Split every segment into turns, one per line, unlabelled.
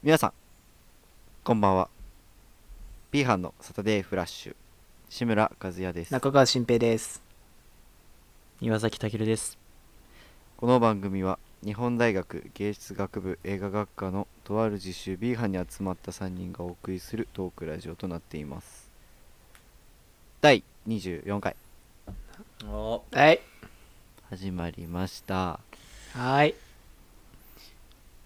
皆さんこんばんは B 班のサタデーフラッシュ志村和也です
中川新平です
岩崎健です
この番組は日本大学芸術学部映画学科のとある実習 B 班に集まった3人がお送りするトークラジオとなっています第24回
お
はい
始まりました
はい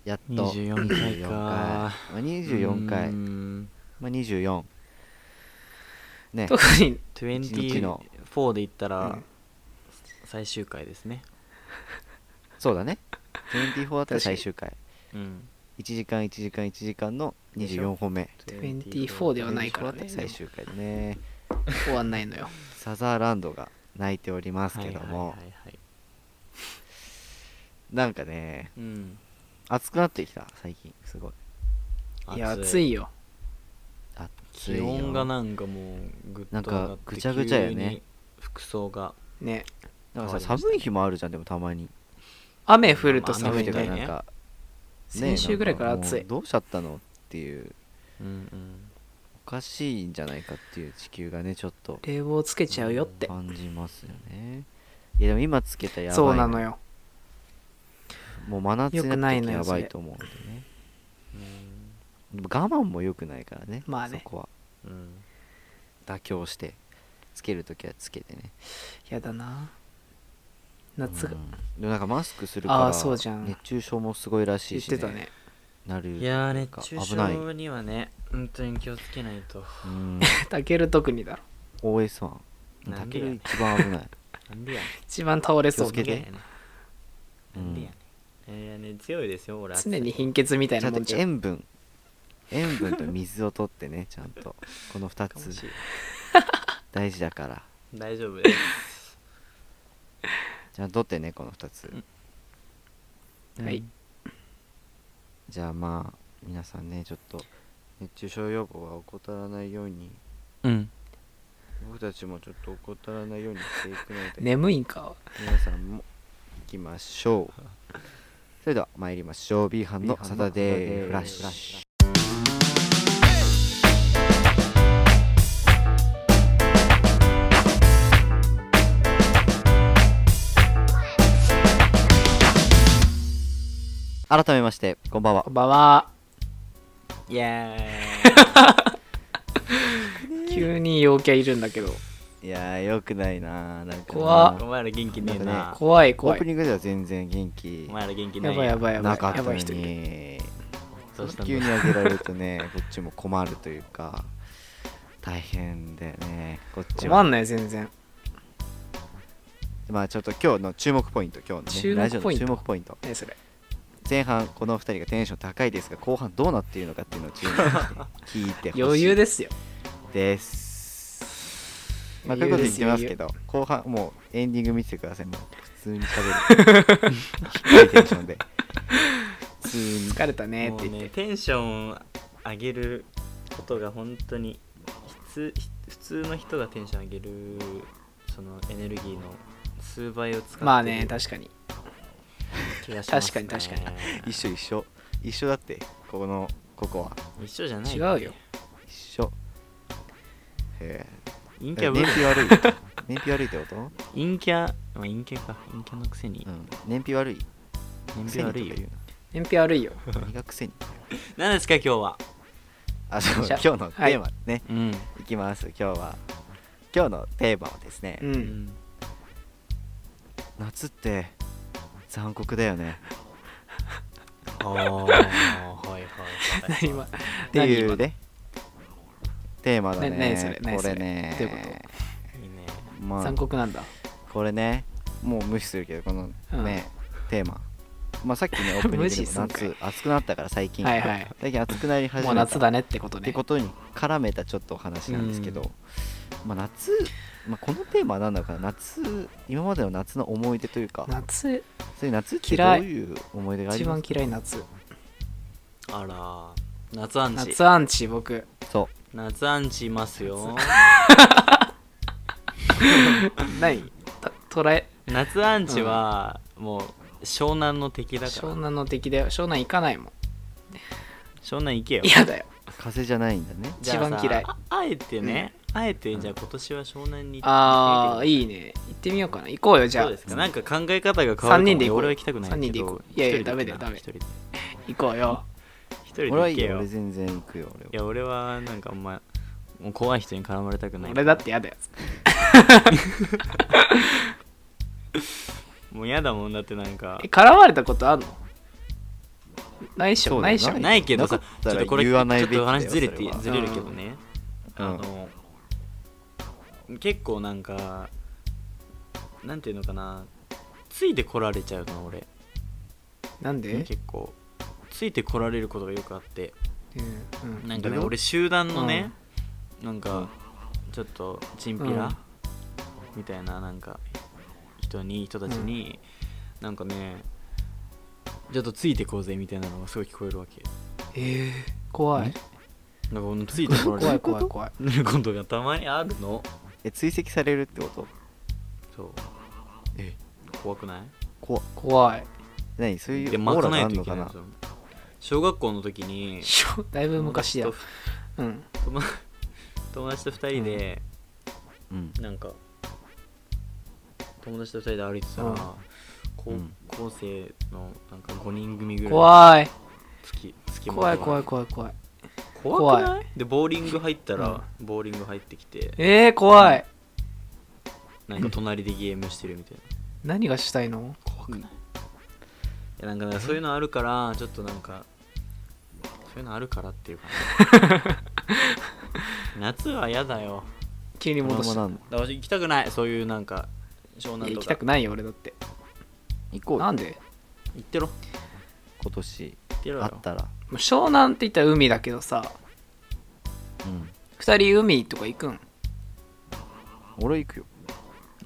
やっと
24回
24回
か
まあ、24回
うーん
まあ、24ね
特に
日の
24で言った
う
ら
ん
最終回ですね
そう だね24だったら
確かに
最終回
うん
1時間1時間1時間の24本目
24ではないからね
最終回だね
終わんないのよ
サザーランドが泣いております
はい
けど
はい
も、
はいはい
なんかね
うん
暑くなってきた最近すごい
いや
暑
暑いよ
暑い
気
よ
温がなんかもうぐっと
なんか
上がって
ぐちゃぐちゃやね
急に服装が
ね
なんかさ
変わりましたね
寒い日もあるじゃんでもたまに
雨降ると
まあ
寒
寒い
い
と
ね
いうか
ね
なんか、
先週ぐらいから
な
暑い
んもうどうしちゃったのっていう
うんうん
おかしいんじゃないかっていう地球がねちょっと
冷房つけちゃうよって
感じますよねいやでも今つけたらやばい
そうなのよ
もう真夏
よく
に
な
ないった時
のよ
やばい
それ
と思うんでね
うん
でも我慢も良くないからね
まあね
そこは
うん
妥協してつけるときはつけてね
やだな夏が
うんでもなんかマスクするから
あーそうじゃん
熱中症もすごいらし
言
い
っ
し、ね、
てた ね
なる
いや
な
ー
ん
熱
か
中
危ない、う
症にはね本当に気をつけないと
ん、
たける特にだろ
OS1
な
た
ん
け
でや
る一番危ない
なんでやねん
一番倒れそう
気をつけて
なんでやねんなんでやねんえーね強いですよ俺暑い
常に貧血みたい
ちゃ
な
と
んもんじゃん
塩分塩分と水を取ってね ちゃんとこの2
かもし
つ
れん
大事だから
大丈夫です。
じゃあ取ってねこの2つ
はい
じゃあまあ皆さんねちょっと熱中症予防は怠らないように
うん。
僕たちもちょっと怠らないようにしていくので、
眠いんか
皆さんも行きましょうそれでは参りましょう B 班のサタデーフラッシュ改めましてこんばんは
こんばんは
イエ
急に陽キャいるんだけど
いやーよくないなーなんかな
怖
ーイ。お前ら元気ねえ
なん
な。
怖い
オ
怖
ープ
い
ニングでは全然元気
お前ら元気ね
や
え
ばいやば
い。
いやば
ないかった
やば
の
い人いる
に
どうしたん
急に
だ
上げられるとね こっちも困るというか大変だよねこっち
困
は
んない全然
まあちょっと今日の注目ポイント今日の
注
ね
目
ラジオ
ポ
の
イント
注目ポイント
ねそれ
前半この2人がテンション高いですが後半どうなっているのかっていうのを注目して聞いてほしい
余裕ですよ
ですまあこういうこと
余裕で
言っ
す
てますけど後半もうエンディング見てくださいもう普通に喋る 低いテンションで普通に
疲れたね
も
って
う
言っ
ね、
て
テンション上げることが本当に普通普通の人がテンション上げるそのエネルギーの数倍を使ってる
まあね確かに
気がします、
確かに確か
一緒一緒一緒だってここのここは
に。 一緒じゃない。
違うよ。
一緒へえ
陰キ
燃
ャブー
費悪い燃費悪いってこと、
陰キャ、まあ、陰キャか。陰キャのくせに
う。ん、燃費悪い
燃費悪いよ
癖に。
燃費悪いよ
とか言うな何が癖に
何ですか今日は。
あそう
じゃ
今日のテーマね、
うん。
い、きます今日は今日のテーマはですね、
うん、
うん
夏って残酷だよね
ああ、はいはいはい。
何今
っていうねテーマだね
な何それ何
こ
それ
れね
どういうこ
いいね。
まあ
残酷なんだ
これねもう無視するけどこのね、テーマまあさっきねオープニング
無
でも
視すんかい
夏暑くなったから最近、
はいはい
最近暑くなり始めた
もう夏だねってこと
っ
ね
てことに絡めたちょっとお話なんですけど、まあ夏、まあ、このテーマは何なのかな夏今までの夏の思い出というか
夏
そういう夏ってどう
嫌い
いう思い出があ
一
りま
番
すか
嫌い夏
あら、夏アンチ。夏
夏アンチ僕
そ
アンチいますよ。
何た捉え
夏アンチは、もう、湘南の敵だか
湘
ら。
南の敵だよ湘南行かないもん
湘南行けよ
嫌だよ
風じゃないんだね
じゃあさ
一番嫌い
ああえてね、あえてじゃあ今年は湘南に行って
ああ
い
いいね行ってみようかな行こうよじゃ
ど
あ
うですかなんか考え方が変わるかも
三人で行こう
俺は行きたくないけど
三人で行こういやいや
一人で行くな
ダメだよダメ
一人で
行こうよ
一人で
俺は
行
いい
け
よ
よ
俺全然行くよ
い
俺は
や俺はなんかお前もう怖い人に絡まれたくない
俺だって嫌だよ
もう嫌だもんだってなんか
え絡まれたことあんのないっし
そ
ょ
うだ
な
よ
いっしょ
な
ないけどさ
なかっ
ち
た
ょ
ら
っとこれ
言わないべき
ち
だ
ょっ
よ
と話ずれて
それは
ずれるけどね、
うん
あの結構なんかなんていうのかなついてこられちゃうの俺
なんで
結構ついてこられることがよくあって
うんうん
なん
ど
か
ういう
ね
こと
俺集団のね、なんかちょっとチンピラ、
うん
みたいななんか人に人たちに、なんかねちょっとついてこうぜみたいなのがすごい聞こえるわけ
えー怖い
なんかこのついてこられ
怖い怖
る
い怖い
ことがたまにあるの
え追跡されるってこと
そう
え
怖くない
怖っ
怖い
何そうい
で
うオー
巻
ラ
か
が
な
あ
い
ん
とい
の
け
か
ない
な
じゃん小学校の時に
しょだいぶ昔だよ
友達
うん
と友達友達と2人で、
うん
なんか友達と2人で歩いてたら、
うん
高
うん
校生のなんか5人組ぐらい
怖い
付き付きまと
怖
わ
い
れ
怖い怖い怖い
怖くないでボーリング入ったら、ボーリング入ってきて
えー怖い
なんか隣でゲームしてるみたいな
何がしたいの
怖くないいやなんかねそういうのあるからちょっとなんかそういうのあるからっていうかな夏は嫌だよ
急に
ド
戻
ラマ
し
な
た
んだ
だから行きたくないそういうなんか湘
いや行
南と
き
か
たくないよ俺だって
行こうよ
なんで
行ってろ
今年
行ってろよ
あったら
もう湘南って言ったら海だけどさ
うん
二人海とか行くん
俺行くよ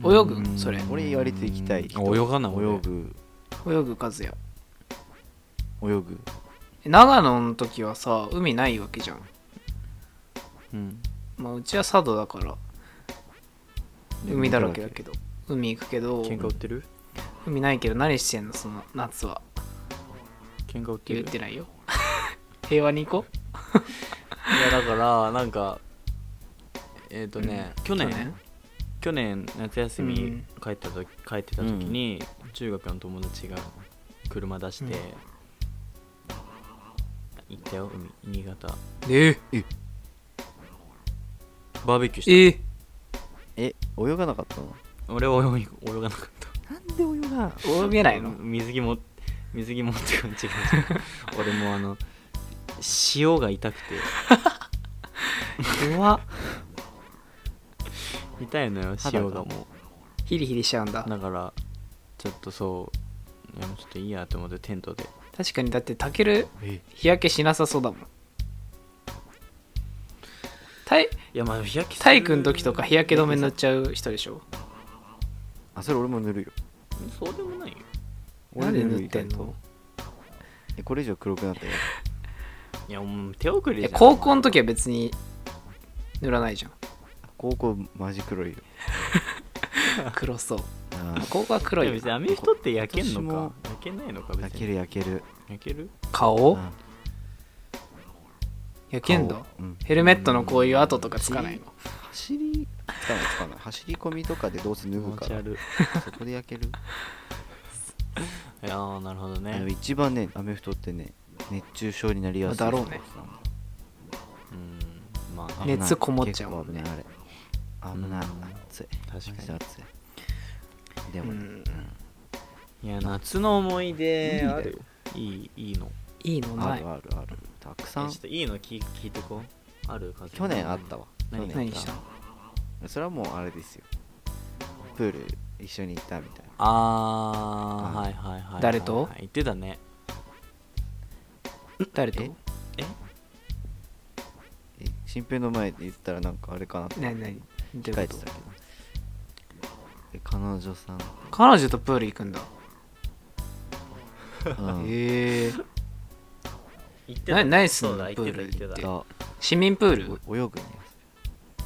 泳ぐんそれ
俺言われて行きたい人
うん泳がない俺
泳ぐ
泳ぐ和也
泳ぐ
え長野の時はさ海ないわけじゃん
うん
まあうちは佐渡だから海だらけだけど海行くけど
喧嘩売ってる
海ないけど何してんのその夏は
喧嘩売ってる
言ってないよ 平和に行こ
いやだからなんかえっ、とね、
う去
去年
年
去年夏休み
うん
帰った時、帰ってた時に、中学の友達が車出して、
うん
行ったよ海新潟
え
バーベキューした
え
え泳がなかったの
俺は泳ぎ泳がなかった
なんで泳がん
泳げないの
水着も水着持って こい違う違う俺もうあの塩が痛く
怖って
痛いのよ
肌が
塩がも
ヒリヒリしちゃうんだ
うだからちょっとそういやちょっといいやと思ってテントで
確かにだってタケル
え
日焼けしなさそうだもん体
いやまあ日焼けする
体育の時とか日焼け止め塗っちゃう人でしょ
あそれ俺も塗るよ
そうでもないよ
なんで塗って
俺塗る意外
んの
とえこれ以上黒くなったよ
いやもう手遅れじ
え
ゃん
高校の時は別に塗らないじゃん
高校マジ黒いよ
黒そう
あー
高校は黒
いや
いよ
別にアメフトって焼けん
今年
の
も
か焼けないのか別に
焼ける焼ける
焼ける
顔
あ
焼けんだ
顔うん
ヘルメットのこういう跡とかつかないの
走りつかないつかない走り込みとかでどうせ脱
気
ぐ
持
か
ち
ら
悪い
そこで焼ける
いやーなるほど
あの
ね
一番ねアメフトってね熱中症になりやすい
だろうね
うんまあ
危ない
熱こもっちゃうもんね
結構危ないあれ危ない暑い
確
マジ
か
で
に
暑いでもね、
うん
いや夏の思い
いい
出
んだよ
あるいいいいの
いいの
あ
ない
るあるあるたくさ
え
ん
ちょっといいの聞い聞いてこうある風
去年あったわ
何
去年
何したの
それはもうあれですよプール一緒に行ったみたいな
あーはいはいはい
誰と
はいはい言ってたね
誰と
ええ新平の前で言ったらなんかあれかなって
何何どう
書
い
いうて
こ
たけ
と
どえ彼女さん、
彼女とプール行くんだ
うん
へえ
言っ
なないっすね
そうだ言って
プール
た言ってた
行
が
市民プール
お泳ぐんや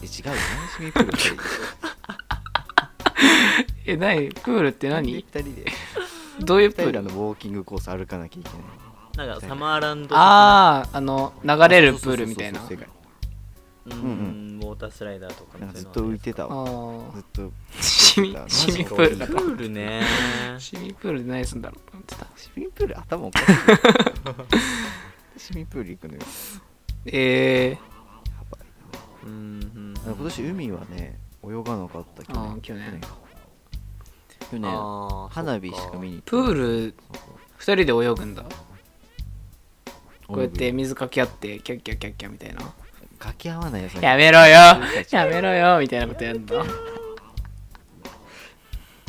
え違うよ何しにプールって
え何プールって何
二人で
どういうプ
二人
ー
であ
ル
のウォーキングコース歩かなきゃいけない
なんかサマーランド的な
あああの流れるプールみたいなあ
そうそうそうそう
うん
う
ウォータースライダーとか
なんか
そう
ず
い
っ
うの
と浮いてたわ
あ
ずっと
市民市民プールだ
プ
と
ー ルね
市民プールで何すんだろうと思ってた
市民プール頭 おかしいな市民プール行くのよ
ええ
やばい
うんうん
あの今年海はね泳がなかった去
あ
年
ー去年
か去年
あー
花火しか見に行って
プ
ない
ール2人で泳ぐんだこうやって
泳ぐ
水かき合ってキャッキャッキャッキャみたいな
掛け合わないよそれ
やめろよ やめろよみたいなことやるの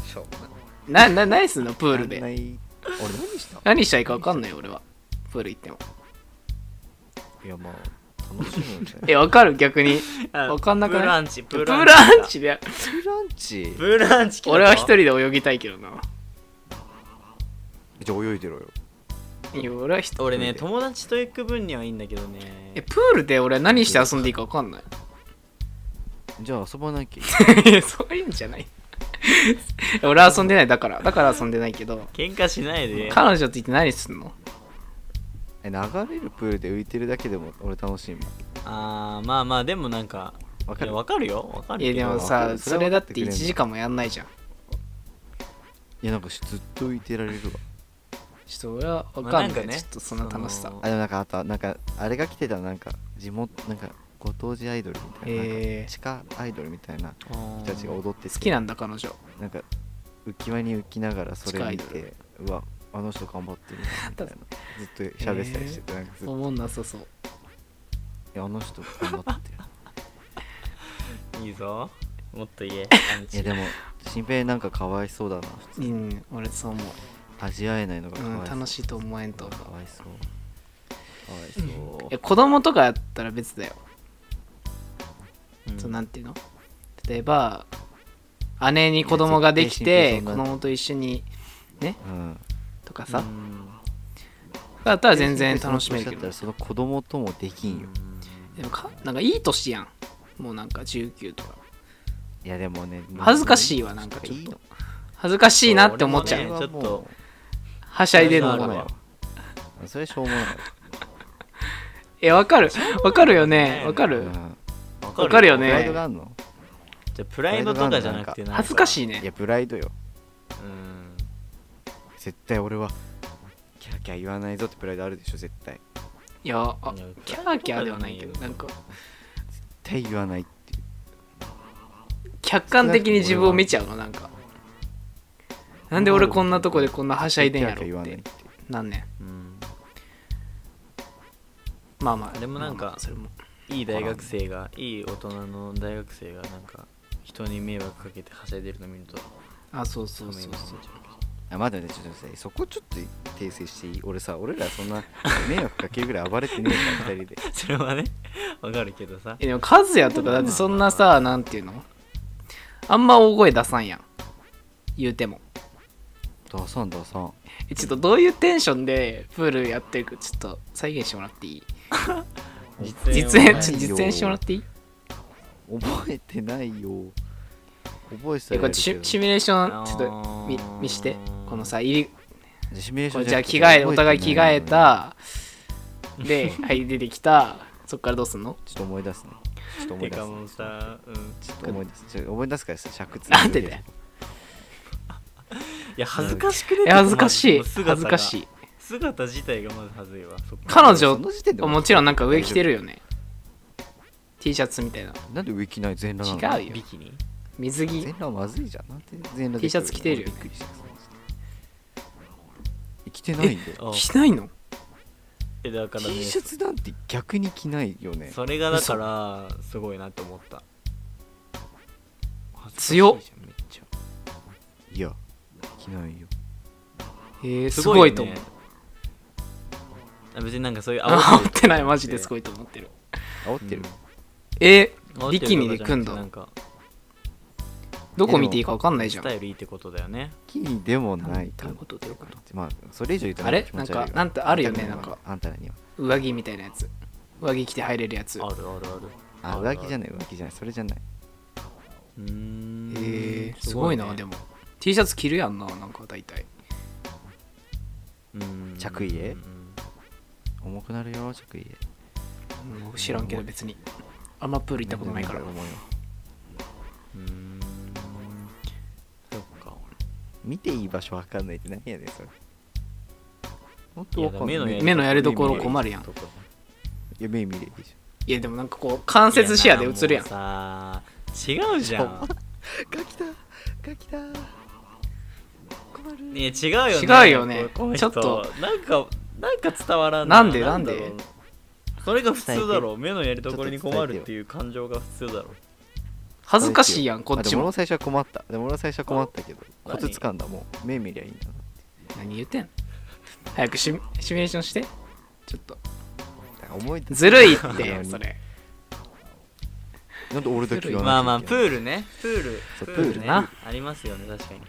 しょうがない
なな何すんのプール
あんな
で
い俺何した
何したらいいか分かんないよ俺はプール行っても
いやまあ楽しむんだよ
え分かる逆に
あ
わかんなくない
プールアンチ
プールアンチで
プールアンチ
プールアンチ来たぞ
俺は一人で泳ぎたいけどな
じゃあ泳いでろよ
いや俺は一人
俺ね友達と行く分にはいいんだけどね
えプールで俺は何して遊んでいいか分 かんない
じゃあ遊ばなきゃ
いやそういうんじゃない俺は遊んでないだからだから遊んでないけど
喧嘩しないで
彼女といて何すんの
え流れるプールで浮いてるだけでも俺楽しいもん
あーまあまあでもなんか
わか
い
る
やわかるよわか
い
る
やで
よ
も
わか
さ
る
それだって
それは分かってくれんの
1時間もやんないじゃん
いやなんかしずっと浮いてられるわ
ちょっと俺は分かん
まあなん
な
か
い
ね
ちょっとその楽しさ
その
あでもなんかあとはなんかあれが来てたなんか地元なんかご当地アイドルみたいな,、
へー
地下アイドルみたいな人たちが
好
踊ってて
きなんだ彼女
なんか浮き輪に浮きながらそれ見
地下アイ
てうわあの人頑張ってるなみたい なずっと喋ってたりしてて、なんかずっと
思んなさそう
いやあの人頑張 ってる
いいぞもっと 言えアン
い
チ
やでも新平なんかかわいそうだな普通
うん俺そう思う
味わえないのがか
う
わいそう、
ん楽しいと思えんと
かわいそうかわいそう、
いや子供とかやったら別だよ、
うん
そうなんていうの例えば姉に子供が
い
でき
や
て
絶対
子
そんな
供と一緒に
うん
とかさ、
うん
だったら全然楽しめるけ ど
その子供ともできんよ
でもかなんかいい年やんもうなんか19とか
いやでもね
恥ずかしいわなんかちょっと
いいの
恥ずかしいなって思っちゃ
そう俺もねちょっと
はしゃいでるの
それはある
が
わ
それしょうもない
えわかるわかるよね
ね
わか
う
る
ん
わかるよ
プ
ね
ライドがあんの
じゃあプライドとかじゃなくてなん
恥ずかし
い
いね
いやプライドよ
うん
絶対俺はキャーキャー言わないぞってプライドあるでしょ絶対
いやあ
いや
キャーキャーではないけどなんか
絶対言わないっていう
客観的に自分を見ちゃうのなんかなんで俺こんなとこでこんなはしゃいでんや
キャーキャー言
ろっ
わないってていう
なんねん
うん
まあまあ
でもなんか
まあまあそれも
いい大学生がいい大人の大学生がなんか人に迷惑かけてはしゃいでるの見ると
あそうそうそう
寒
そ
いな
う
って思っちゃう
あまだねちょっと待ってそこちょっと訂正していい俺さ俺らそんな迷惑かけるぐらい暴れてねえから二人で
それはね わかるけどさ
えでも和也とかだってそんなさなんていうのあんま大声出さんやん言うても
出さん出さん
えちょっとどういうテンションでプールやってるかちょっと再現してもらっていい
実
実
演
演
は
ちょ実演してもらっていい
覚えてないよ覚えてた
えこ
らや
れ
る
シ
け
ミ
ど
シミュレーションちょっと見見してこのさ入り
シミュレーシ
こ
ョン
れじゃあ
なくて
着替えお互い
覚て
着
な
替
い
えたではい出てきたそっからどうすんの
ちょっと思い出すねちょっと思
て
い出す
かもうさ、うん、
ちょっと思い出すちょっと思い出すからさ尺つ
なんでだよ
いや恥ずかしくね
え恥ずかしい
まずもう姿が
恥ずかしい
姿自体がまず恥ずいわそっか
彼
そ
女
の時点で
もちろんなんか上着てるよね T シャツみたいな
なんで上着ない全裸なの
違うよ
ビキニ
水着
全裸まずいじゃんなんで全裸
T シャツ着てるよ
び
ね
っくりした着てないんだよ
あ
着ないの
えだから
T
ね
シャツなんて逆に着ないよね
それがだからすごいなと思った
強っ
恥ずかしいじゃんめっちゃ
いや着ないよ
えーすごいと
よ
思
ね
う
あ別になんかそういう
あ煽ってないマジです
す
ご
い
いと思ってる
煽ってる、
えビキニで組んだ
なんか
どこ見ていいか分かんないじゃ
ス
ん
タイルいいってことだよね
気にでもない
どういうことどういうこと
まあそれ以上言うと
あれ
気持ち悪い
なんかなんてあるよねなんか
あんたらには
上着みたいなやつ上着着て入れるやつ
あるあるあ
あ
る
浮気じゃ
ない
ない浮気じゃないそれじゃないう
ーん
えーすごいなで
も
も T シャツ着るやんななんか大体
着衣
衣
へ重くなるよ着衣
うん知らんけど別にあんまプール行ったことないから
重いわ
うーんそっか
見ていい場所わかんないって何やねんそれ本当
いや
わかんない
目のやり
目のやりどころ困るやん
とこ
いや目見ればいいじ
いやでもなんかこう間接視野で映るやん
いなもうさ違うじゃん
ゃんガキだガキだ困る
ね違うよね
違うよね
この
ちょ
人
っと
なんかなんか伝わらん
なんでなんで
だろうそれが普通だ
伝
ろ目のやりどころに困
ちょっと伝えて
る
よ
っていう感情が普通だろ
恥ずかしいやんこっ
あ
ち
でも俺
も
最初は困ったでも俺は最初は困ったけどコ
何
ツつかんだもう目見りゃいいんだな
何言ってん早くシミシミュレーションしてちょっと
だから思い出
ずる いっ
非常
て
に
それ
なんで俺だけ言わなきゃいけない
まあまあプールねプール
そう
プールな
ありますよね確かに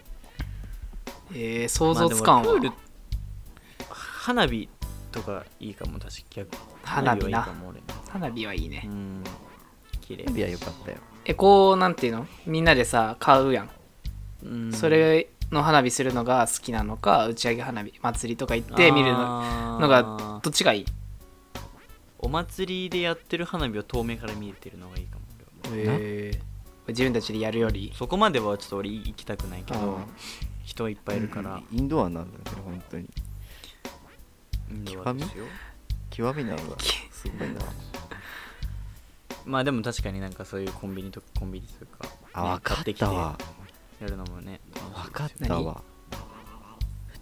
えー、想像つかん
ま
わ
あでもプール花火とかいいかも確か逆
花火な
はいいかも俺
花火はいいうね
ん綺麗
花火はよかったよ
えこうなんていうのみんなでさ買うやん
うん
それの花火するのが好きなのか打ち上げ花火祭りとか行って見るの
あー
のがどっちがいい
お祭りでやってる花火を遠目から見えてるのがいいかも俺は
え自分たちでやるより
そこまではちょっと俺行きたくないけど
あ
人いっぱいいるから、
インドアなんだね本当に
うん
極み
ですよ
極みなんだ
き
すごいな
まあでも確かになんかそういうコンビニとかコンビニというか、
あ
ね
分かったわ
やるのもね
分かっ
何
たわ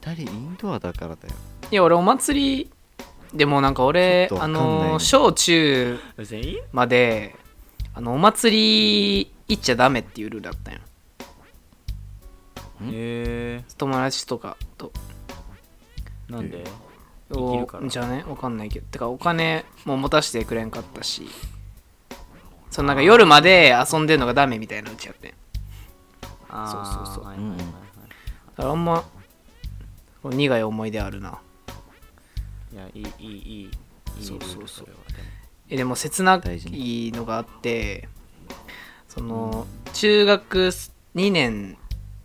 2人インドアだからだよ
いや俺お祭りでもなんか俺
ちょっとわ
あ
かんないね
の小中
別に
まであのお祭り行っちゃダメっていうルールだったんよ
ん
え
友達とかと
ー、なんで、
え
生きるから
おじゃあねわかんないけどてかお金も持たせてくれんかったしそのなんか夜まで遊んでんのがダメみたいなうちやってん
あー
そうそうそう
はいはいはいはい
だからあんまこう苦い思い出あるない
やいいいいいいいい
そうそうそう
ルールれは
えでも切な
大事
いのがあってその中学2年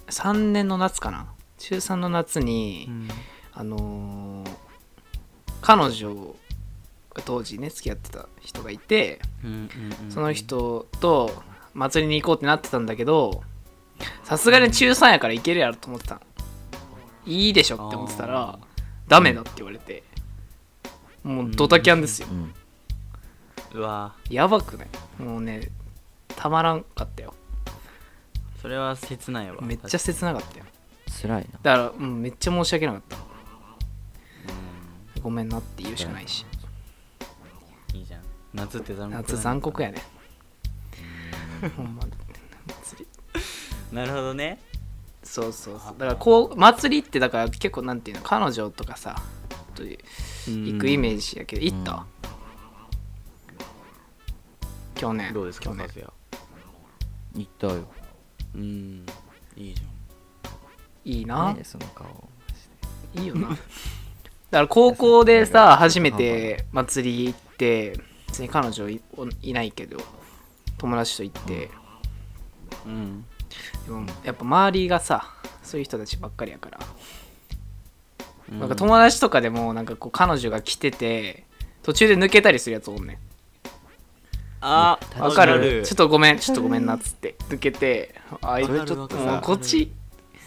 3年の夏かな中3の夏に、
でも
あのー彼女が当時ね付き合ってた人がいて
うんうんうん
その人と祭りに行こうってなってたんだけどさすがに中3やから行けるやろと思ってたのいいでしょって思ってたら
あ
ダメだって言われてもうドタキャンですよ
うん
うわ
やばくないもうねたまらんかったよ
それは切ないわ
めっちゃ切なかったよ
辛いな
だから、うん、めっちゃ申し訳なかった
確かに
ごめんなって言うしかないし
うんいいじゃん夏って残酷
夏残酷
や
やね ほんま祭り
なるほどね
そうそうそうだからこう祭りってだから結構なんていうの彼女とかさという行
行
くイメー
ジ
ジやけど、行った、
うん
去年
どうですか
去年
カズヤ
行ったよ
うんいいじゃ
いいな、
何その顔
いいよなだから高校で さ初めて祭り行って別に彼女いいないけど友達と行って、
んうん
でもやっぱ周りがさそういう人たちばっかりやから、
うん
なんか友達とかでもなんかこう彼女が来てて途中で抜けたりするやつおんねん
あ
わか
わ
るちょっとごめんちょっとごめんなっつって抜けてあい
そ
つ
れ
ち
ち
ょ
ょ
っ
っと
ともう
さ
こっち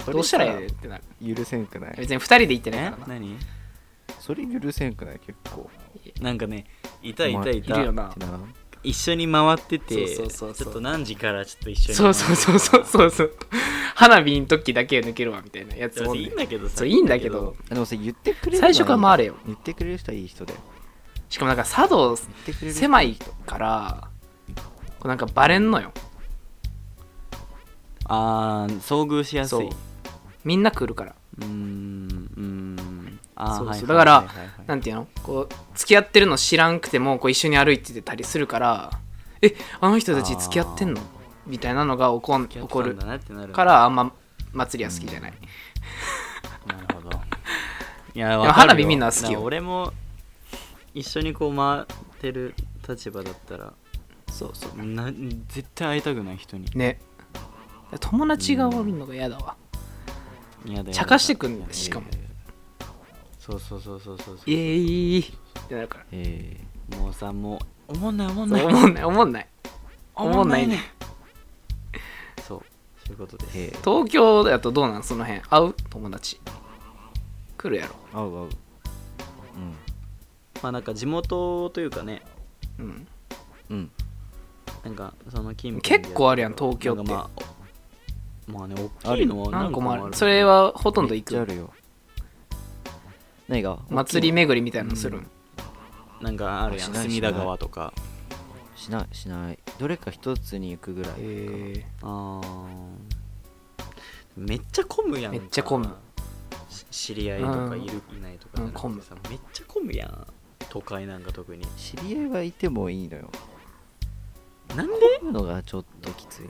どうしたらいいねんってなる
い許せんくない
別に2人で行ってないか
え
らな
何
それ許せんくない結構
なんかねいたいたい
いるよ
た
な
ってならん
一緒に回ってて
そうそうそうそう
ちょっと何時からちょっと一緒に
そうそうそうそうそうそう花火の時だけ抜けるわみたいなやつ
いや
も
いいんだけど
そ
さ
ういいんだけど
あでもさ言ってくれる
最初から回
れ
れよ
言ってくれる人はいい人だよ
しかもなんか茶道
言ってくれる人
狭いからこうなんかバレんのよ
ああ遭遇しやす
そ
いう
みんな来るから
うーんうーんあ
そ
ー
うそう
はいはいはいはいはい
なんていうのこう付き合ってるの知らんくてもこう一緒に歩いてたりするからえあの人たち付き合ってんのみたいなのが起こん
付き
起
合って
こ
たん
る
だなってなる
からあんま祭りは好きじゃない、
なるほどいや
も
わかるよ
花火見んな好きよ
だから俺も一緒にこう回ってる立場だったら
そうそ
な絶対会いたくない人に
うね友達がおるのが嫌だわ、
嫌だよ
茶化してくん
いやいやいや
しかも
そうそうそうそうそうそう
ええってなるから
え
もうさもうおもんないおもん
そう思んない思んない思んないね
そうそういうことです、
え
東京だとどうなんその辺会う友達来るやろ
ー、合う合う
まあなんか地元というかね
うん
うんうん
なんかその近辺で
結構あるやん東京って
なんかまあまあね大きいのは
何個もあ
ね
るそれはほとんど行
めっちゃあ
く
るよ何が
祭り巡りみたいなのする
うんん
なんかあるや
し
ん
ない
隅田川とか
しないしないどれか一つに行くぐらいかな
へ
あーめっちゃ混むやんか
めっちゃ混む
し知り合いとかいる、いないとかじゃなくて
うん混む
さめっちゃ混むやん都会なんか特に
知り合いはいてもいいのよ
なんで
混むのがちょっときついな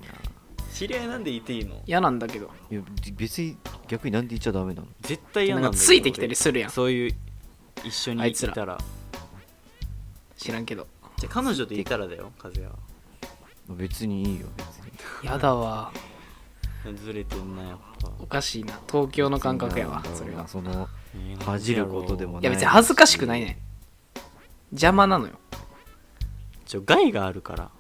知り合いなんでいていいの
嫌なんだけど
いや別に逆になんで言っちゃダメなの
絶対嫌
な
なんんだ
か
よ
ついてきたりするやん
そういう一緒に
あい
い
つら
たら
知らんけど
じゃあ彼女といたらだよ風は
別にいいよ別に
やだわ
ずれてんなやっぱ
おかしいな東京の感覚やわ
別に
それ
なん
が
だろうなその恥じることでもない
いや別に恥ずかしくないね邪魔なのよ
ちょ害があるから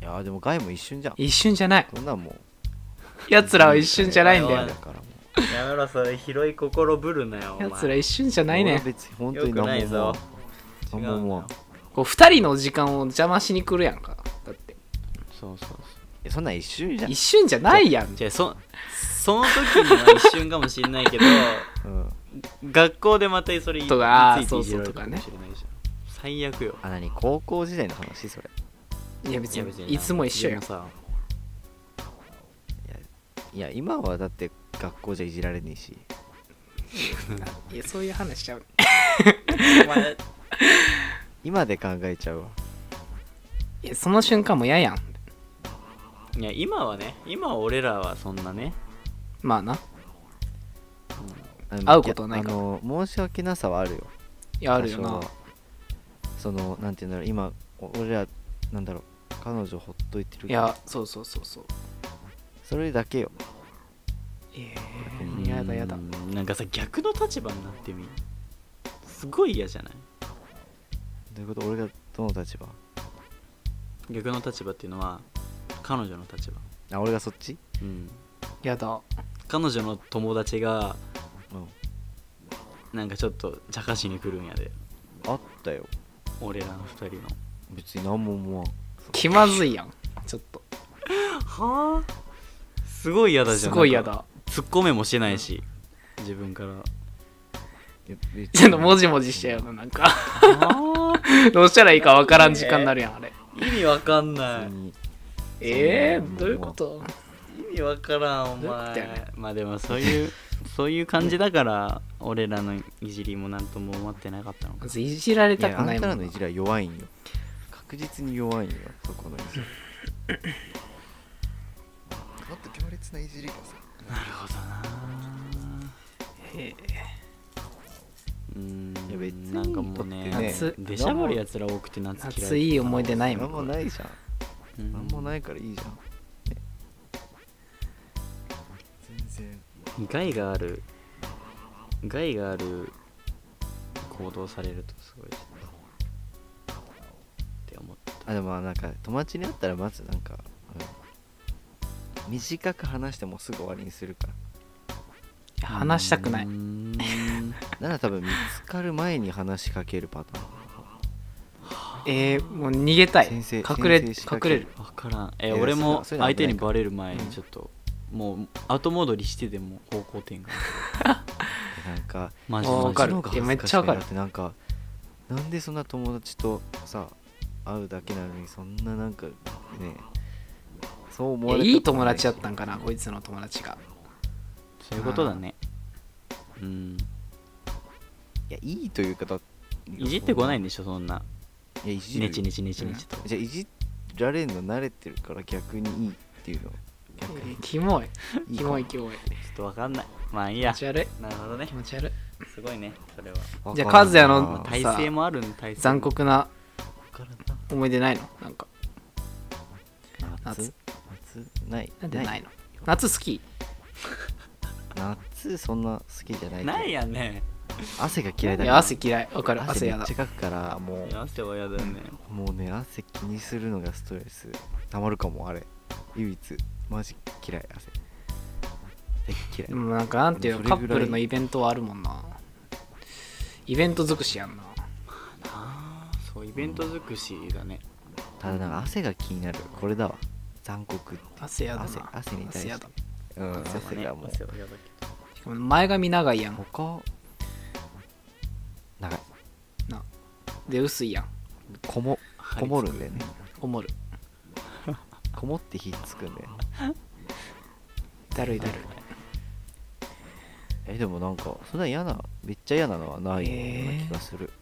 いやでもガイも一瞬じゃん
一瞬じゃない
そんなんもう
奴らは一瞬じゃないんだ
い
よ
や
からもう
やめろそれ広い心ぶるなよ
奴ら一瞬じゃない
俺
ね
は別に本当
よ
に
くな
何
い
も思わ
ぞ
ん何も思わん
違う
こう2人の時間を邪魔しに来るやんかだって
そうそうそう
えそんなん一瞬じゃん
一瞬じゃないやん
じゃあそその時には一瞬かもしれないけど
うん
学校でまたそれにつ
とか
いていじられ
そうそうと
る
か
か
ね
もしれないじゃん最悪よ
あ何高校時代の話それ
いや別にいつも一緒や
い
ん
つでもさ
いや今はだって学校じゃいじられねえし
いやそういう話しちゃう
お前
今で考えちゃうわ
いやその瞬間も嫌やん
いや今はね今俺らはそんなね
まあな
あの
会うことはないから
やあの申し訳なさはあるよ
いやあるよな
多少はそのなんていうんだろう今お俺らなんだろう彼女ほっといてる
いやそうそうそうそう
それだけよ
えー、やだやだ
うんなんかさ逆の立場になってみすごい嫌じゃない
どういうこと俺がどの立場
逆の立場っていうのは彼女の立場、
あ俺がそっち
うん、
やだ
彼女の友達が
うん
なんかちょっと茶化しに来るんやで
あったよ
俺らの二人の
別に何も思わん
気まずいやんちょっと
はあすごい嫌だじ
す
ゃん
ごい嫌
なん
だ
か突っ込めもしないし、自分から
いや別に
ちょっともじもじしちゃうのなんか
はあ
どうしたらいいかわからん時間になるやんあれ
意味わかんな
普
い
通に
えー、どういうこと
意味わからん
ど
お
ういうことやね
前まあでもそういうそういう感じだから俺らのいじりもなんとも思ってなかったのか
まずいじられ
い
た
や
く
あ
なんい
た
も
ら
ん
の
ない
じりは弱いんよ確実に弱いんよそこのいじりもっと強烈ないじりがさ
なるほどな
え
うーん
いや別に
なんかもうね
だって
ね夏
でしゃばるやつら多くて夏嫌い
夏いい思い出ないも
何も
ん
ないじゃん
うん
何もないからいいじゃん、ね全然
害がある害がある行動されるとすごいですねって思った
あでもなんか友達に会ったらまずなんか、うん短く話してもすぐ終わりにするから
話したくないう
ーん
なら多分見つかる前に話しかけるパターン
えー、もう逃げたい
先生
隠れ
先生
隠
仕掛け
れる
わからんえ
いや
俺も
そういうのは
相手にバレる前
う
に
ん
ちょっともう後戻りしてでも方向転換
なんか
マジ
あー
マ
わ
ジ
かる
そっちの方が恥ずしい
いやめっちゃわかる
だってなんかなんでそんな友達とさ会うだけなのにそんななんかねそう思
い
われたく
や
ない
い友達
だ
やったんかなこいつの友達が
そういうことだねうん
いやいいというかだ
いじってこないん
で
でしょそんない
やいじる
ネチネチネチネチと
じゃあいじられるの慣れてるから逆にいいって いうの逆に
えーキモい
いい
キ
かも
モいキモい
ちょっとわかんないまあい
気
い
持
や
ち悪い
なるほどね
気持ち悪い
すごいねそれは
わかんない
じゃあカズヤの
な
あ
体勢もあるん体勢
残酷な
わからんな
思い出ないのなんか
夏夏ない
なんでないの夏好き
夏そんな好きじゃないけど
ないやんね
汗が嫌いだ
い
か
や
ら
汗嫌いわかる汗
汗め
や
っ
だ
ちゃかくからも
いや汗は嫌だよね
うもうね汗気にするのがストレスたまるかもあれ唯一マジ嫌い汗嫌い
でもなんかなんていう
そ
の
れぐらい
カップルのイベントはあるもんなイベント尽くしやんな
あーそうイベント尽くしだね、
ただなんか汗が気になるこれだわ残酷って
汗やだな
汗汗に対
汗や
し
だ
てうん
は
汗
ね
がもう
汗は嫌だけど
しかも前髪長いやん
他長い
で薄いやん
こも
張り付く
こもるんだよね
こもる
こもって火つくんだよね
だるいだるい
えでもなんかそんな嫌なめっちゃ嫌なのはないよう
え
な
ー
気がする、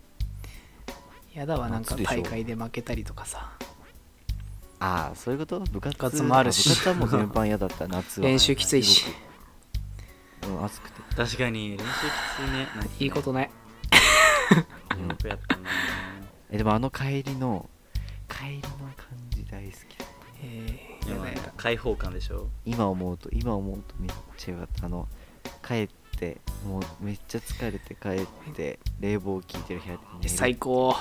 やだわなんか
夏でしょ
大会で負けたりとかさ
ああそういうこと部活
部活もあるし
部活はもう全般嫌だった夏は
練習きついし
すごくうん暑くて
確かに練習きついねなんか
いいことない
うん
よくやったな
えでもあの帰りの帰りの感じ大好きだ
えー、
で
や
も
だ
なん
や
か
だ
開放感でしょ
今思うと今思うとめっちゃよかったあの帰ってもうめっちゃ疲れて帰って冷房効いてる部屋で寝
え
る
最高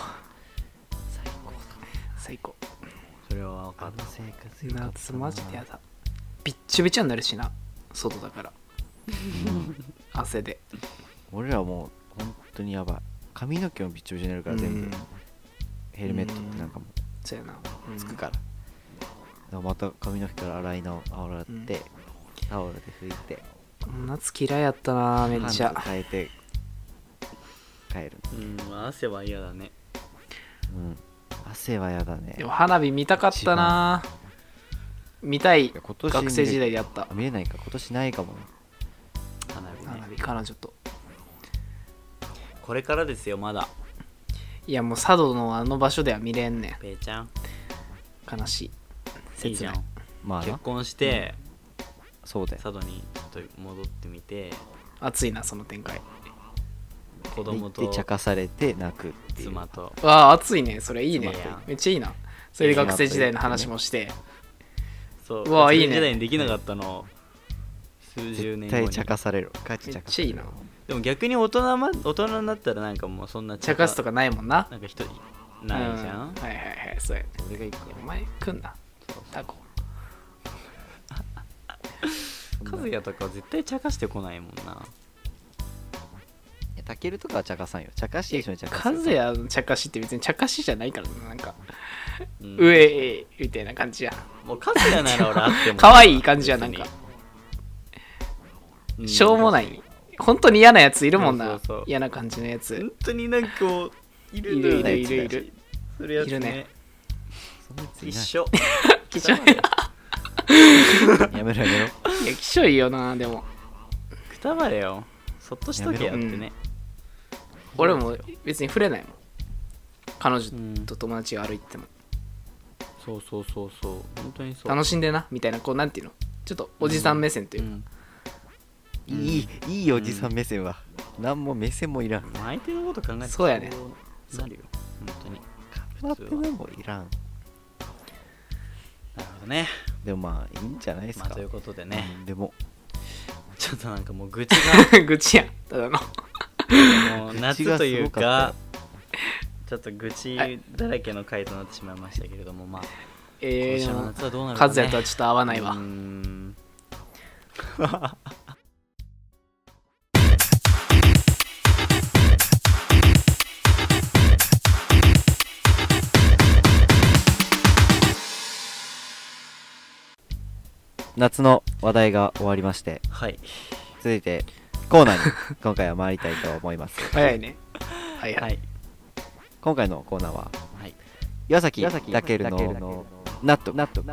最高だ
最高
それは分か
あ
っ
の生活よかったな
夏マジでやだびっちょびちょになるしな外だから
うん
汗で
俺らもう本当にやばい髪の毛もびっちょびちょになるから全部、
うん
ヘルメットってなんかも
そうやな、
うつくか
か
ら,、また髪の毛から洗い直洗って、
うん
タオルで拭いて
夏嫌いやったなめっち
パン
ゃ
ツ変えて帰る、
たうんまあ汗は嫌だね
うん、汗はやだね
でも花火見たかったな見たい
いや今年見れ
学生時代でやった
あ見れないか今年ないかもね
花火
花
ね
火彼女と
これからですよまだ
いやもう佐渡のあの場所では見れんね
ペイちゃん
ん悲しい
いいじ
切
ゃ
ない
ん
まあ
結
な
婚して
そうだよ
佐渡にちょっと戻ってみて
熱いなその展開
子供
で
と
茶化されて泣くっていう
妻と
わあ熱いねそれいいね
いいやん
めっちゃいいなそれで学生時代の話もして
そう
うわ
学生
いいね
時代にできなかったの数十
絶
年後に
対茶化されるガチ
め
茶
っ
化さ
ちゃ
れ
いい
る
な
でも逆に大人,、ま、大人になったらなんかもうそんな
茶化すと
か
かないもんな
なんか人ないじ
う
ゃ
ん
ん
はいはいはいそうやね
俺が行く
お前来んなタコ
和也とかは絶対茶化してこないもんな
えたけるとかは茶化さんよ茶化して一緒に茶化す
カ
る
ズヤの茶化しって別に茶化しじゃないからななんか、
うん
うえーみたいな感じやん
もう和也なら俺あっても
可愛い感じやなんか、
別に
しょうもない本当に嫌なやついるもんな
そうそうそう
嫌な感じのやつ
本当になんかこういる
い
の
る
よ
い
ね
るいるいる
それやつ
いる
ね
ね
そんなやつい
一
ない
緒
きしょい
やめろやめろ
いやきしょいよなでも
くたばれよそっとしとけや
や
っ
め
て
ろ
ね
俺も別に触れないもん彼女
うん
と友達が歩いてても
そうそうそうそう本当にそう
楽しんでなみたいなこうなんていうのちょっとおじさん目線といううか、
んうん
いいいいおじさん目線は何も目線もいらん
相手のこと考えて
そうやね
そうなるよ本当に
勝手なもいらん
なるほどね
でもまあいいんじゃないです
まあ
か
ということでね
でも
ちょっとなんかもう愚痴
愚痴やんた だの
がもう
愚痴が
夏とい
す
う
ごか
か
っ
ちょっと愚痴だらけの回となってしまいましたけれどもまあ
え
今
ー、
年
で
の
も
夏はどうなるか
カ
ね
ズヤとはちょっと合わないわ、
うーん
夏の話題が終わりまして
はい
続いてコーナーに 今回は参りたいと思います
早いねはいは
はいい
今回のコーナーは
はい
岩崎ダケルのナットナット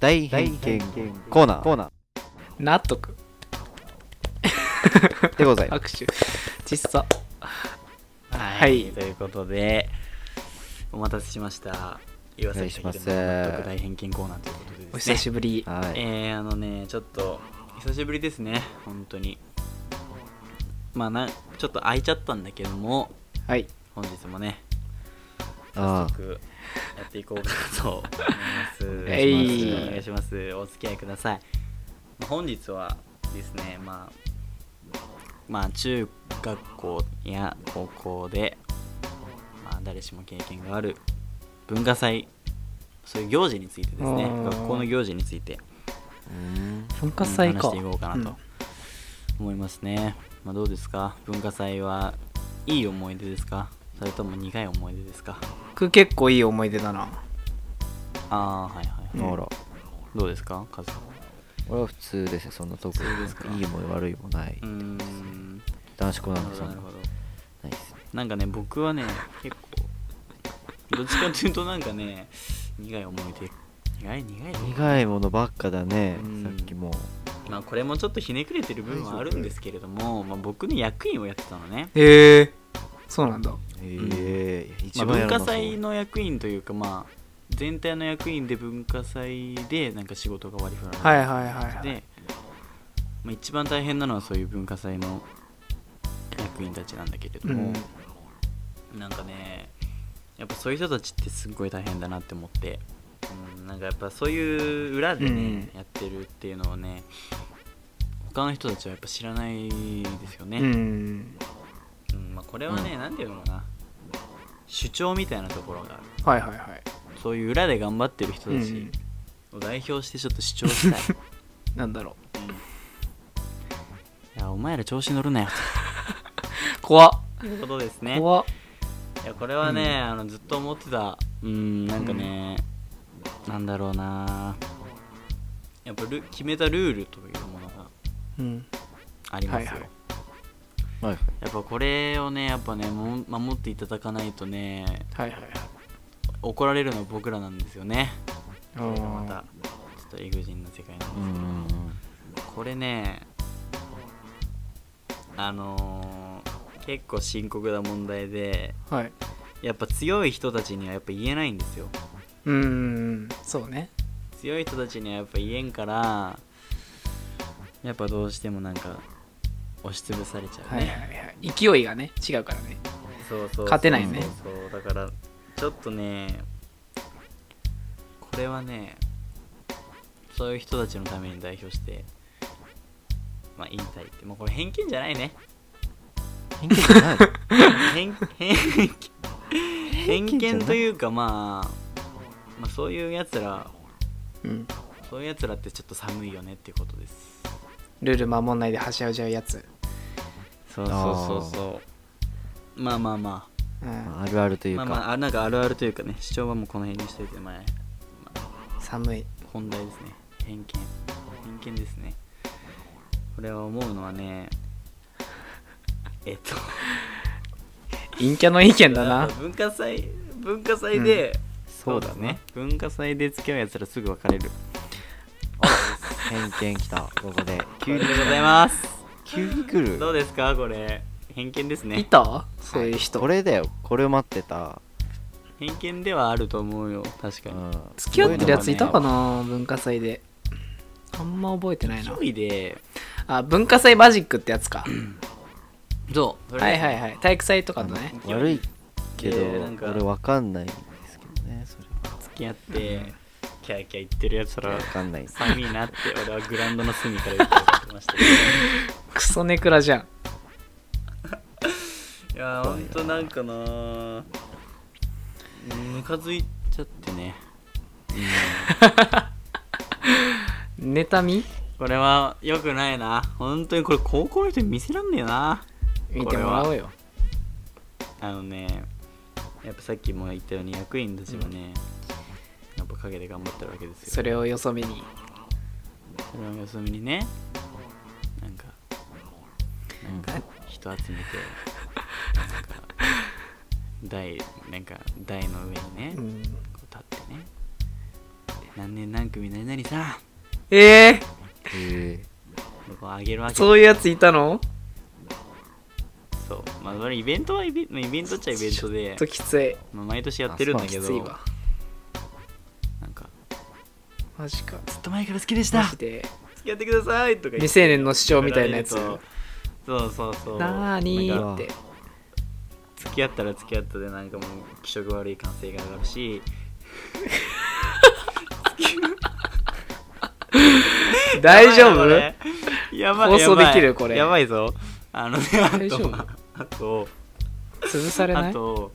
大偏見コーナーコーナ
納得
ーでご ざいます
拍手ちっさ
は、
はいい
ということでお待たせしました岩崎さん
お
の
願いします
納得大偏見コーナーということで
お
ですね
久しぶり、
はい
えー、あのねちょっと久しぶりですね本当にまあなちょっと空いちゃったんだけども
はい
本日もね
あ
早速やっていこうかなと思います
お
お
願いします
お願いしますお付き合いくださいまあ本日はですねまあまあ中学校や高校で、まあ、誰しも経験がある文化祭そういう行事についてですね
あー
学校の行事について
うん
文化
話
祭か
していこうかなと思いますね、まあ、どうですか文化祭はいい思い出ですかそれとも苦い思い出ですか
僕結構いい思い出だな
ああーはいはい、
うん
あら
どうですかカズ
俺は普通ですねそんな特
普通ですか
にいいも悪いもない、
うーん
男子校
な
な
る
ん
ほ
でそ
ど
んな
なるほど
ないですね
なんかね僕はね結構どっちかっていうとなんかね苦い思い出苦い苦い
苦いものばっかだね
うん
さっきも
まあこれもちょっとひねくれてる部分はあるんですけれども、まあ、僕の役員をやってたのね、
へえそうなんだ
ええ
ま
一
あ、
番や
文
ら
化
なそう
祭の役員というかまあ全体の役員で文化祭でなんか仕事が割り振られて
はいはいはいはい
で、まあ、一番大変なのはそういう文化祭の役員たちなんだけれども、なんかねやっぱそういう人たちってすっごい大変だなって思って、うん、なんかやっぱそういう裏でね、やってるっていうのをね他の人たちはやっぱ知らないですよね、
うん
うんまあ、これはね、なんていうのかな主張みたいなところがあ
は
る
いはいはい
そういう裏で頑張ってる人
う
たち
ん
を代表してちょっと主張したい
なんだろ
いやお前ら調子乗る なよ
う怖っ
ということですね
怖っ
いやこれはね、あのずっと思ってたうんなんかね、なんだろうなやっぱル決めたルールというものが
うん
ありますよ、
はいはい
はい
やっぱこれをねやっぱねも守っていただかないとね
はいはいはい
怒られるのは僕らなんですよね
あ
これが
ー
またちょっと理不尽な世界なんです
う
けど、
ん
これねあのー結構深刻な問題で
はい
やっぱ強い人たちにはやっぱ言えないんですよ
うんそうね
強い人たちにはやっぱ言えんからやっぱどうしてもなんか押しつぶされちゃう
はい
ね、
はいはい勢いがね違うからね
そうそうそう
勝てないね
そうそうだからちょっとねこれはねそういう人たちのために代表してまあ引退ってもうこれ偏見じゃないね
偏見じゃない
偏
見
偏偏
じゃない
見というか、まあ、まあそういうやつら
うん
そういうやつらってちょっと寒いよねっていうことです
ルール守んないではしゃいじゃうやつ
そう
そうそう
そうまあまあま
う
ま
ん
ああるあると
あ
いう
ま
か
あまああなんかあるあるというかね主張はもうこの辺にしといてまあ
寒い
本題ですね偏見偏見ですねこれは思うのはねえっと
陰キャの意見だ
やっ
な
ぱ文化祭文化祭で、
そうだね
文化祭で付き合うやつらすぐ別れる
偏見きたここで
急にでございます
急に来る
どうですかこれ偏見です
い
ね
たそういう人
これだよこれを待ってた、
偏見ではあると思うよ確
う
かに
ん、
付き合ってるやついたか
な
な文化祭であんま覚えてないな
勢いで
あ文化祭マジックってやつか
そうそれ
はいはいはい体育祭とかとね
悪いけど、
いやなんか
俺わかんないですけどねそれ
付き合ってキャーキャー言ってるやつら
わかんないです
寒いなって俺はグラウンドの隅から言ってましたけど
クソネクラじゃん
いやーほんとなんかなームカついちゃってね
妬み
これは良くないな本当にこれ高校の人に見せらんねえな
見てもらおうよ
あのねやっぱさっきも言ったように役員たちはね、やっぱ陰で頑張ってるわけですよ
それをよそ見に
それをよそ見にねなんかなんか人集めてなんか台なんか台の上にね
う
こ
ん
う立ってね何年何組何々さ
え
へえ
でこうあげるわ
ー、
け
そういうやついたの
そうまあそれイベントはイベまあイベントっちゃイベント
ちょ
で
っと、きつい
まあ、毎年やってるんだけ
き
ど
ついわ
なんか
マジか
ずっと前から好きでし
マ
た
ジで
付き合ってくださいとか
未
言って
成年の主張みたいなやつ
そうそうそう
なーに
なんか
ーって
付き合ったら付き合ったでなんかもう気色悪い感性が上がるし
大丈夫
やばいなこれやばい
放送できる
やばい
これ
やばいぞあのねあ
大丈
と
夫
あと
潰されな
あ
い
と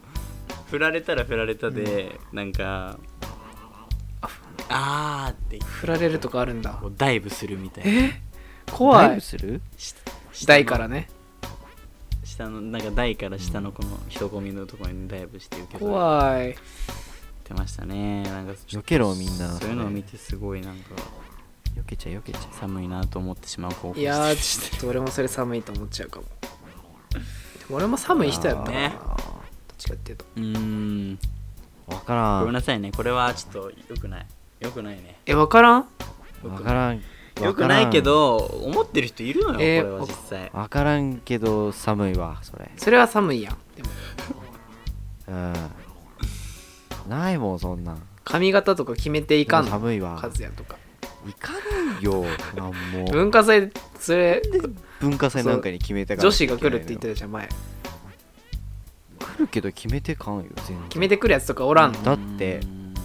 振られたら振られたで、なんかああーって
振られるとかあるんだ
こうダイブするみたいな
え怖
ダイ
い
ブする
台から
ね
ね
下のなんか台から下のこの人混みのところにダイブして受け取ら
怖い
れてましたねなんか
避けろみんな
そういうのを見てすごいなんか
よけちゃうよけちゃう
寒いなと思ってしまう高校
いやーちょっと俺もそれ寒いと思っちゃうかもでも俺も寒い人やったからな
ね
どっちかっていうと
うーん
わから
ごめん
ん
なさいねこれはちょっと良くない良くないね
え分からん
よ
わ
く
からん
良くないけど思ってる人いるのよ、
えー
これは実際
わからんけど寒いわそれ
それは寒いやんでも
うんないもんそんなん
髪型とか決めていかん
もう
の
寒いわ
和也とか
行かないよなんも
文化祭それ
文化祭なんかに決めたから
女子が来るって言って
る
たじゃん前
来るけど決めてかんよ全然
決めてくるやつとかおらんの
だって
うーん
う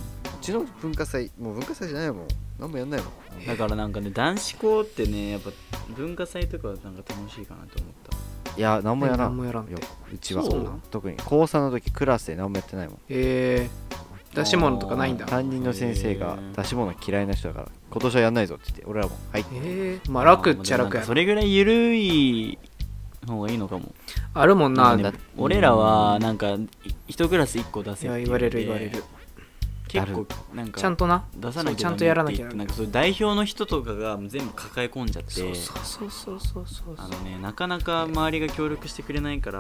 ちの文化祭もう文化祭じゃないもん何もやんないもん
だからなんかね男子校ってねやっぱ文化祭とかはなんか楽しいかなと思った
いや何もやら
何もやらん
ん
て
ようちは
そうなん
特に高3の時クラスで何もやってないもん
えー、出し物とかないんだ
あー
担任の先生が
へー
出し物嫌いな人だから今年はやんないぞって言って俺らもはい
えー、まあ楽っちゃ楽や
あーでもなんか
な
それぐらいゆるい方がいいのかも
あるもんな、
うん
ね
だ
俺らはなんか一クラス一個出
い
せって
や
う
言われる言われる
結構なんか
ちゃんとな
出さな
そう
き
ち
ゃ
ゃ
ダ
ん
メ
とやらな
って
き
言
ゃ
っ
な
てなんかそういう代表の人とかが全部抱え込んじゃって
そうそうそうそうそう
あのねなかなか周りが協力してくれないから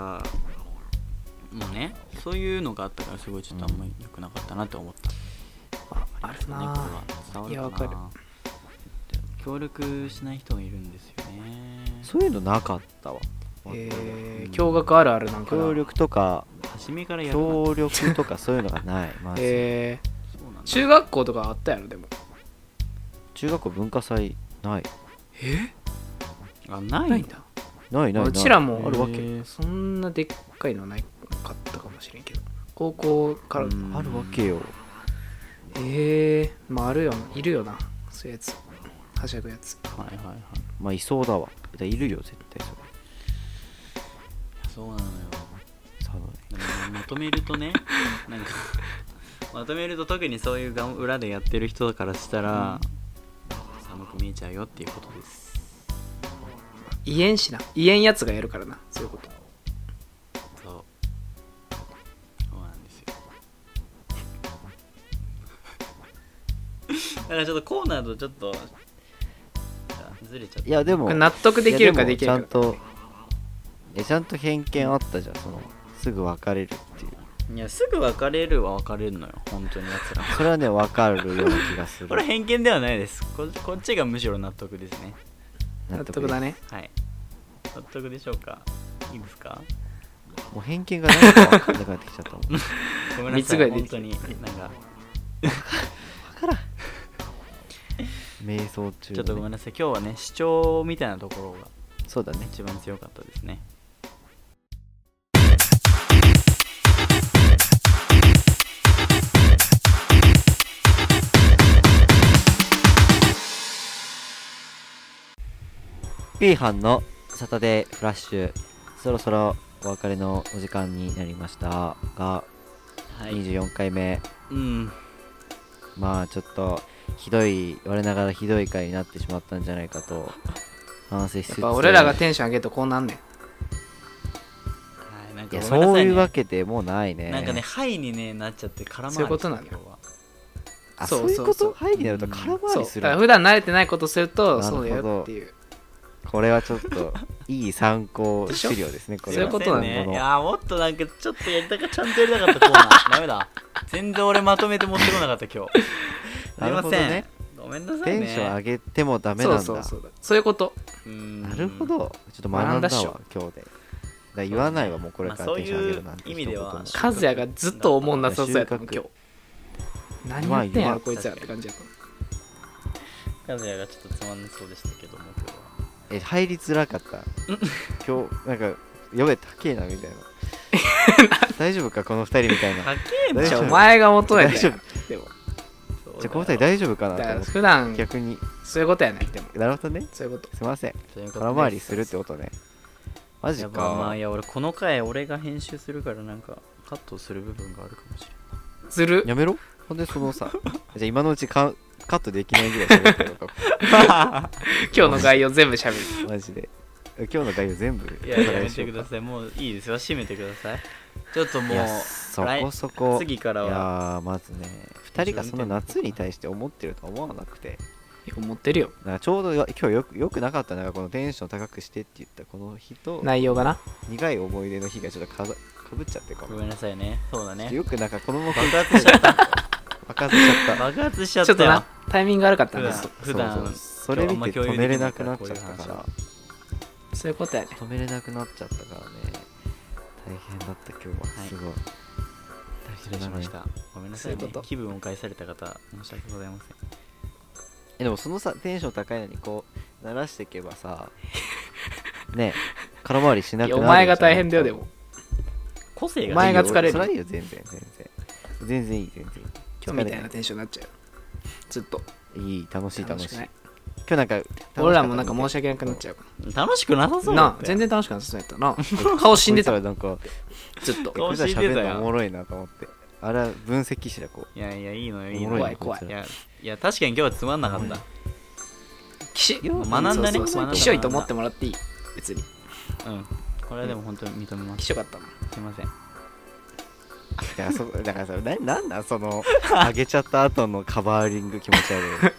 もうねそういうのがあったからすごいちょっとあんまり良くなかったなと思った、
あるな
ね
あ
これは伝わるかない
やわかる
協力しない人がいるんですよね
そういうのなかったわ
えー、驚愕あるあるなんかな
協力とか
初めからやるな
協力とかそういうのが ないまず、
え
そうなんだ
ー、中学校とかあったやろでも
中学校文化祭ない
え
あない
ないんだ
ないないないう
ちらも
あるわけ、
へー
そんなでっかいのはないかったかもしれんけど高校から
うん
あるわけよ
ええー、まああるよないるよなそういうやつはしゃぐやつ
はいはいはい
まあいそうだわだいるよ絶対そ
そうなのよ
れ寒い
でもねまとめるとねなんかまとめると特にそういうが裏でやってる人からしたら、寒く見えちゃうよっていうことです
言えんしな言えんやつがやるからなそういうこと
そうそうなんですよ だからちょっとコーナーとちょっとずれちゃった
いやでも
納得できるかでき
いや
る
もち
か
ゃんといやちゃんと偏見あったじゃんそのすぐ別れるっていう
いやすぐ別れるは別れるのよ本当にや つら
それはね分かるような気が する
これ偏見ではないですここっちがむしろ納得ですね
納得だ
ね
ね
はい納得でしょうかいいですか
もう偏見がないか分かんなくなってきちゃったもん分
ごめんな
三つ
さ
ぐら
い
い出
本
てきた
当になんか
からん瞑想中、
ちょっとごめん
ん
なさい今日はね主張みたいなところが
そうだね
一番強かったですね
ピーハンのサタデーフラッシュそろそろお別れのお時間になりましたが、
はい
24回目
うん
まあちょっとひどい我ながらひどい回になってしまったんじゃないかと反省し
や
つ
っ
つ
ぱ俺らがテンション上げるとこうなんねん
はいなん
い
か
や
ごめんな
そう
さい
い
ね
うわけでもないね
なんかねハイにねなっちゃって絡ま
そういうことなのよ
今日は
あ
そ
そうう
そう
いうこ
そう
と入りになると空回
そ
り
う
す
だ
る
から普段慣れてないことする
な
と
るほ
そ
ど
うだよっていう
これはちょっといい参考資料ですねこ
そう
れ
いう
は
ことなの
すいませんねい
の
やーもっとなんかちょっとやりたかちゃんとやりたかったコーナーダメだ全然俺まとめて持ってこなかった今日す
ないる
ませ
ほ
ん、
どね
ごめんなさい
テ
ね
ンション上げてもダメ
そ
な
うんそう
だ
そうそういうこと
うん
なるほどちょっと学んだわ今日でだから言わないわもうこれからテンション上げるなんて
まあそういう意味では
一言も
和也がずっと思んなさそうやったもん
収
今
穫
日何言ってん
うまい
やろこいつらって感じやった
和也がちょっとつまんなそうでしたけども今日は
え入りづらかった今日なんかやべえ高えなみたいな大丈夫かこの二人みたいな
か
じ
っけえ
大
じ
丈
ゃあ
夫
お前が求め
大
て
丈
んやでも
ゃあこの二人大丈夫かな
だ
と
か
思
ら
って
普段
逆に
そういうことやねんでも
なるほどね
そういうこと
すいません
そういうこと
空回りするってことねマジ
や
か
ばまあいや俺この回俺が編集するからなんかカットする部分があるかもしれない
ずる
やめろほんでそのさ じゃあ今のうちカカットできないぐらい喋ってやろう か
今日の概要全部しゃべる
マジで今日の概要全部
いやいやや
お願
め
いしてよ
く
うか
ださいもういいですよ閉めてくださいちょっとも
いうやそこそこ
来次から
い
は
やーまずね2人がその夏に対して思ってるとは思わなくて
いや思ってるよ
なんかちょうど今日よくよくなかったのがこのテンション高くしてって言ったこの日と
内容がな
苦い思い出の日がちょっとかざかぶっちゃってるか
ご
も、
めんなさいねそうだね
よくなんかこのまま
爆発しちゃ った
爆発しちゃった
爆発しち
ち
ゃ
ょ
っ
ったと
よ
なタイミング悪かった
普
ね
段
そう
普段
そうそうそれ見て止めれなくなっちゃったから
そういうことやね
止めれなくなっちゃったからね大変だった今日は
はい
すごい、
失礼しましたごめんなさいね
そういうこと
気分を返された方申し訳ございません
えでもそのさテンション高いのにこう鳴らしていけばさ ね空回りしないく
や
なる
お
じゃん
前が大変だよでも
個性
お前が疲れる
それはいいよ全然全然全然いい全然いい
今日みたいなテンションになっちゃうよずっと
いい楽しい楽
楽
しい
しくない
今日なんか楽しかった
俺らもなんか申し訳なくなっちゃうか
楽しくなさ
ら
そうだ
なあ
ったよ
全然楽しくなさそうやった な顔死んでた
こいつらなんか
ずっと
こいつら喋るのおもろいなと思ってあれは分析しらこ
いやいやいいのよ
う
いい
お
の
もろ
よ
怖
いなこ
い怖い
い
つら
やいや確かに今日はつまんなかった
岸
よう
学んだね
そうそうそう
学んだ
きしょいと思ってもらっていい別に
うんこれはでも本当に認めま
き
す
しょかったな
すいません
だからそだからさななんなんそ の上げちゃった後のカバーリング気持ち悪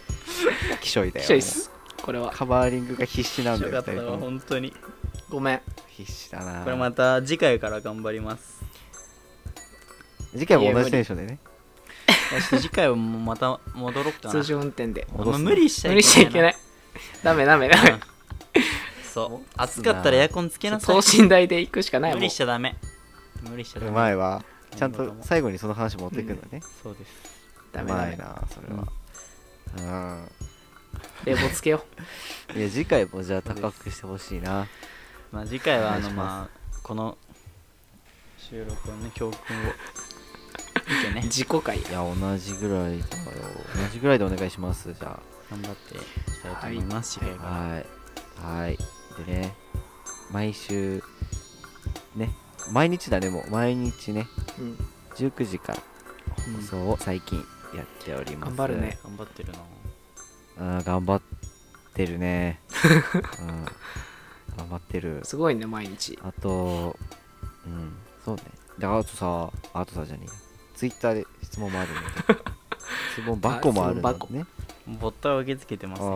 いきしょいだ
き
よ
しょいっすこれ
も
は
うカバーリングが必死なんだ
よか
よ
った
二人
わ
とも
本当に
ごめん
必死だな
これまた次回から頑張ります
次回も同じテンションでね
いやちょっと次回はもうまた戻ろっかな
通常運転で
あんま
戻すね
無理しちゃ
無理しちゃいけないいダメダメダメ
うんそう暑かったらエアコンつけなさい
等身大で行くしかない
無
もん
理しちゃダメ無理しちゃダ
う
メ
まいわちゃん
何
と
事も
最後にその話持ってくんだね、
そうです
ダ
う
メダ
まい
メ
なそれはうん
冷房つけよ
いや次回もじゃあ高くしてほしいな
まあ次回はあ
お願いし
のま
ま
あこの収録のね教訓を見て
う
ね
自己回
いや同じぐらいだよ同じぐらいでお願いしますじゃ
頑張っていきたいと思います、次回
あ
から
はいはいでね毎週ね毎日だねもう毎日ね
うん
19時から
うん
放送を最近やっております、
頑張るね
頑張ってるな
うん頑張ってる ね、うん、頑張ってる
すごいね毎日
あとうんそうねであとさあとさじゃねえやツイッターで質問もあるの で質問箱もあるの
あ質問
でね
ボッタを受け付けてます、
ああ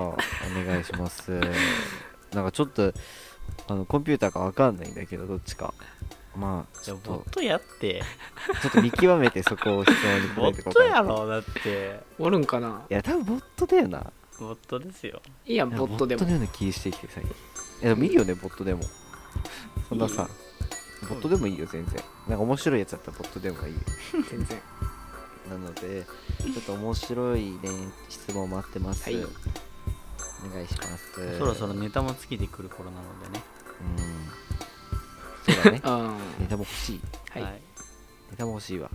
ね、
お願いしますなんかちょっとあのコンピューターかわかんないんだけどどっちかまあ
じ
ち
ゃ
ょ
あ
っ
ボ
と
ットや って
ちょっと見極めてそこを質問に
ボ
答えて
ッ
こう
ト
か
や
な
ろだって
おるんかない
や多分ボットだよな
ボットですよ
いいやんボットで
ボ
も
ットのような気してきて最近いやでもいいよねボットでもそんなさボットでもいいよ全然なんか面白いやつだったらボットでもいいよ
全然
なのでちょっと面白いね質問待ってます、
はい
お願いします
そろそろネタも尽きてくる頃なのでね、
うんそうだね
うんは
ネタも欲しい
い
はい、
ネタも欲しいわ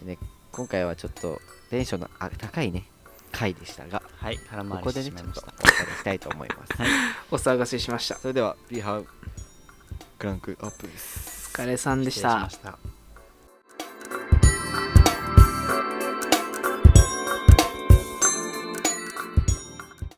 でね今回はちょっとテンションのあ高いね回でしたが
はい、空
こ
回り
こ
して
で
し
ね
ま
ち
い
ょっ
ま
と
した。
お別れしたいと思います
お騒がせしました
それでは B ハウクランクアップです
お疲れさんでし
失礼
た
しました。